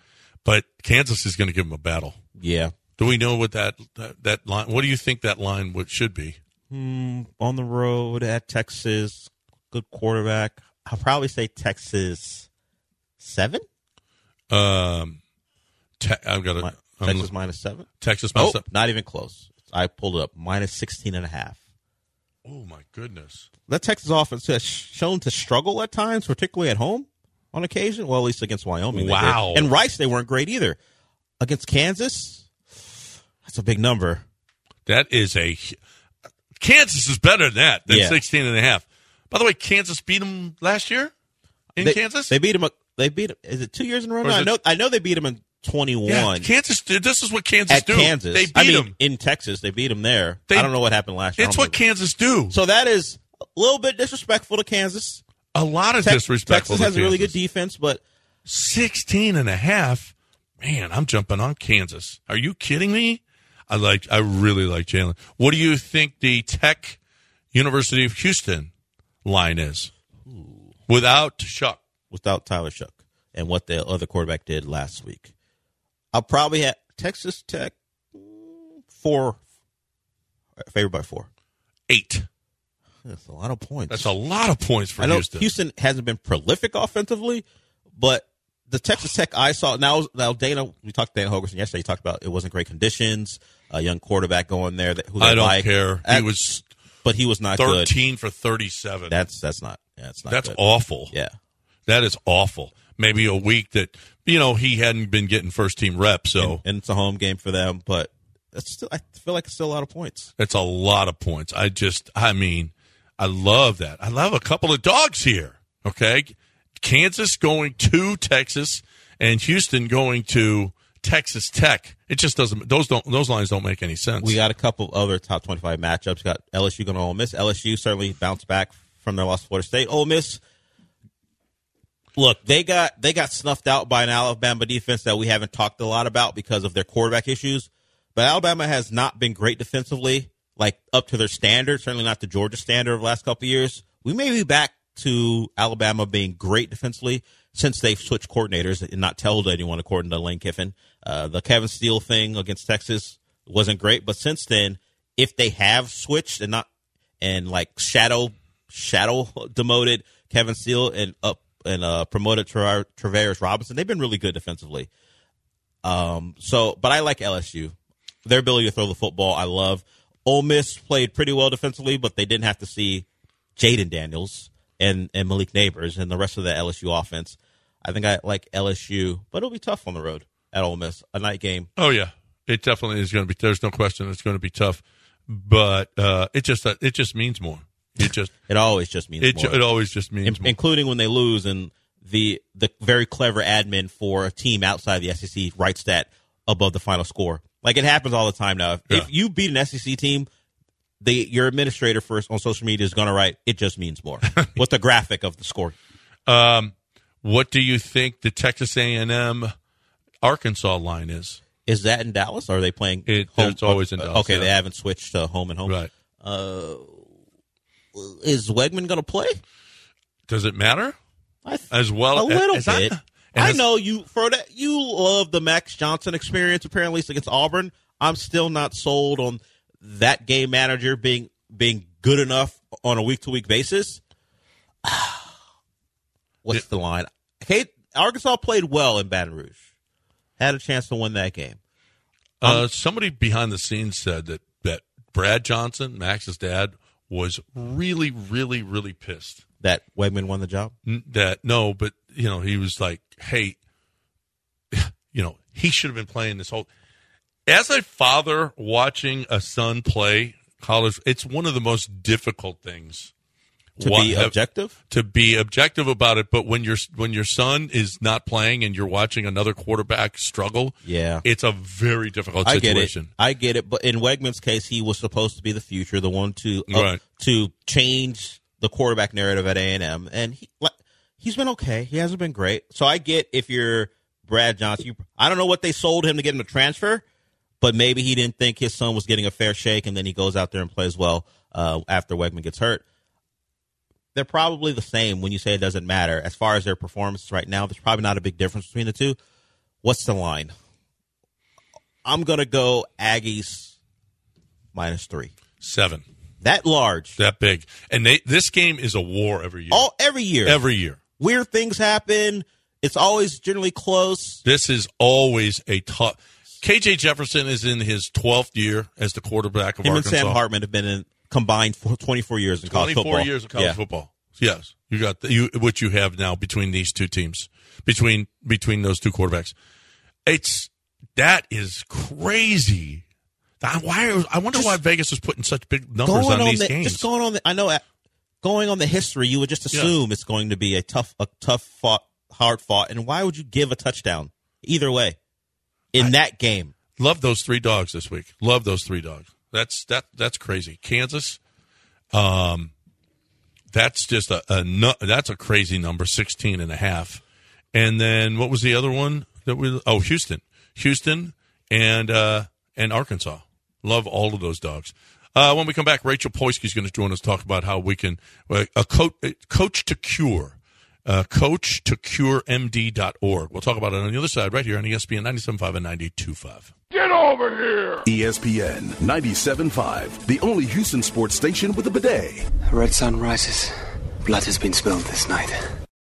but Kansas is going to give him a battle.
Yeah,
Do we know what that that, that line? What do you think that line would should be?
on the road at Texas, good quarterback. I'll probably say Texas seven.
Um, te- I've got a
Mi-
I'm-
Texas minus seven.
Texas
Uh, Oh,
messed up.
not even close. I pulled it up minus 16 and a half.
Oh my goodness!
that Texas offense has shown to struggle at times, particularly at home on occasion. Well, at least against Wyoming. they
Wow.
did. And Rice, they weren't great either. Against Kansas, that's a big number.
That is a Kansas is better than that than
Yeah.
16 and a half. By the way, Kansas beat them last year in
They-
Kansas.
They beat them. They beat them. Is it two years in a row?
Or
now?
is
I
it-
know. I know they beat them in twenty one
yeah, Kansas. This is what Kansas
at
do.
Kansas.
They beat
I mean,
them.
in Texas, they beat them there.
They-
I don't know what happened last year. I
It's
don't
what
remember.
Kansas do.
so that is a little bit disrespectful to Kansas.
A lot of
Tex-
disrespectful.
Texas
to
has a really good
Kansas.
defense, but
16 and a half. Man, I'm jumping on Kansas. Are you kidding me? I like I really like Jalen. What do you think the Tech University of Houston line is? Without Chuck.
without Tyler Shuck and what the other quarterback did last week. I'll probably have Texas Tech mm, four favored by four.
Eight.
That's a lot of points.
That's a lot of points for
I know
Houston.
Houston. hasn't been prolific offensively, but the Texas Tech I saw now now Dana we talked to Dana Hogerson yesterday. He talked about it wasn't great conditions, a young quarterback going there that who they
I don't
like.
care. He
At-
was
but he was not good.
13 for 37.
That's that's not yeah, that's not
That's
good.
awful.
Yeah.
That is awful. Maybe a week that, you know, he hadn't been getting first team reps. So
and it's a home game for them. But That's still, I feel like it's still a lot of points.
That's a lot of points. I just, I mean, I love that. I love a couple of dogs here. Okay. Kansas going to Texas and Houston going to Texas Tech. It just doesn't, those don't, those lines don't make any sense.
We got a couple other top 25 matchups. Got LSU going to Ole Miss. LSU certainly bounced back from their loss to Florida State. Ole Miss, look, they got they got snuffed out by an Alabama defense that we haven't talked a lot about because of their quarterback issues. But Alabama has not been great defensively, like up to their standard. Certainly not the Georgia standard of the last couple of years. We may be back to Alabama being great defensively since they've switched coordinators and not told anyone, according to Lane Kiffin. Uh, the Kevin Steele thing against Texas wasn't great, but since then, if they have switched and not and like shadow shadow demoted Kevin Steele and up and uh, promoted Tra- Travaris Robinson, they've been really good defensively. Um, so, but I like LSU. Their ability to throw the football, I love. Ole Miss played pretty well defensively, but they didn't have to see Jaden Daniels and, and Malik Neighbors and the rest of the LSU offense. I think I like LSU, but it'll be tough on the road at Ole Miss, a night game.
Oh yeah, it definitely is going to be. There's no question. It's going to be tough, but uh, it just uh, it just means more. It just
[LAUGHS] It always just means
it,
more.
ju- it always just means
In-
more.
including when they lose. And the the very clever admin for a team outside the SEC writes that above the final score. Like it happens all the time now. If,
Yeah.
if you beat an SEC team, the your administrator first on social media is going to write it just means
[LAUGHS]
more with the graphic of the score.
Um, what do you think the Texas A&M Arkansas line is?
Is that in Dallas? Or are they playing? Oh,
It- it's always in Dallas,
Okay,
yeah.
they haven't switched to home and home.
Right.
Uh, is Wegman going to play?
Does it matter?
I th-
As well
a little
as I-
bit.
and
I
as-
know you for that. You love the Max Johnson experience apparently against Auburn. I'm still not sold on that game manager being being good enough on a week to week basis. [SIGHS] What's the line? Kate, Arkansas played well in Baton Rouge, had a chance to win that game.
Uh, somebody behind the scenes said that that Brad Johnson, Max's dad, was really, really, really pissed
That Wegman won the job.
N- that no, but you know he was like, hey, [LAUGHS] you know he should have been playing this whole. As a father watching a son play college, it's one of the most difficult things
To
What
be
have-
objective,
to be objective about it. But when your when your son is not playing and you're watching another quarterback struggle,
Yeah.
it's a very difficult
I get it.
situation.
I get it. But in Wegman's case, he was supposed to be the future, the one to up-
Right.
to change the quarterback narrative at A and M, and he like, he's been okay. He hasn't been great. So I get if you're Brad Johnson. You, I don't know what they sold him to get him to transfer, but maybe he didn't think his son was getting a fair shake, and then he goes out there and plays well uh, after Wegman gets hurt. They're probably the same when you say it doesn't matter. As far as their performance right now, there's probably not a big difference between the two. What's the line? I'm gonna go Aggies minus three.
Seven,
That large.
that big, and they, this game is a war every year.
All every year.
every year,
Weird things happen. It's always generally close.
this is always a tough. KJ Jefferson is in his twelfth year as the quarterback of
Him and
Arkansas.
Sam Hartman have been in combined for 24 years in college
Twenty-four
football.
years of college
Yeah.
football. Yes, you got the, you what you have now between these two teams, between between those two quarterbacks. It's that is crazy. I, why? I wonder why Vegas is putting such big numbers on,
Going on,
these
the,
games.
just going on the, I know, uh, going on the history, you would just assume it's going to be a tough, a tough fought, hard fought. And why would you give a touchdown either way in that game?
Love those three dogs this week. Love those three dogs. That's that. That's crazy. Kansas. Um, that's just a, a nu- that's a crazy number 16 and a half. And then what was the other one that we? Oh, Houston, Houston, and uh, and Arkansas. Love all of those dogs. Uh, when we come back, Rachel Poisky is going to join us talk about how we can uh, a coach coach to cure. Uh, coach to curemd.org. We'll talk about it on the other side right here on E ESPN 97.5 and 92.5.
E ESPN 97.5, the only Houston sports station with a bidet.
Red sun rises. Blood has been spilled this night.